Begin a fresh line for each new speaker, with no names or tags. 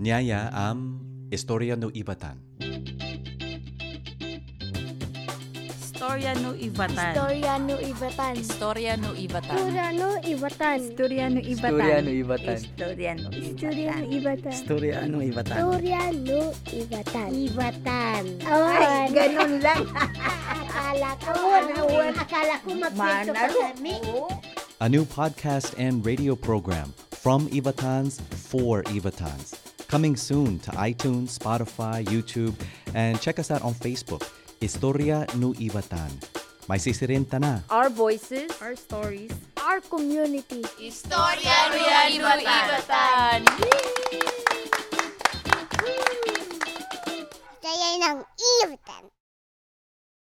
Nyaya am Istorya no Ibatan.
Storya no Ibatan.
Istorya no ibatan.
Storya no Ibatan.
Istorya no ibatan.
Istorya no
Istorya
ibatan.
Istorya
no ibatan.
no ibatan.
Istorya ano ibatan.
Istorya no ibatan. Ibatan. Ay,
Ganun lang.
akala ko. Awan, awan. Akala ko magkwento pa kami.
A new podcast and radio program from Ivatans for Ivatans. Coming soon to iTunes, Spotify, YouTube, and check us out on Facebook, Historia no Ibatan. May sisirenta na.
Our voices. Our
Our community.
Storya no Ibatan.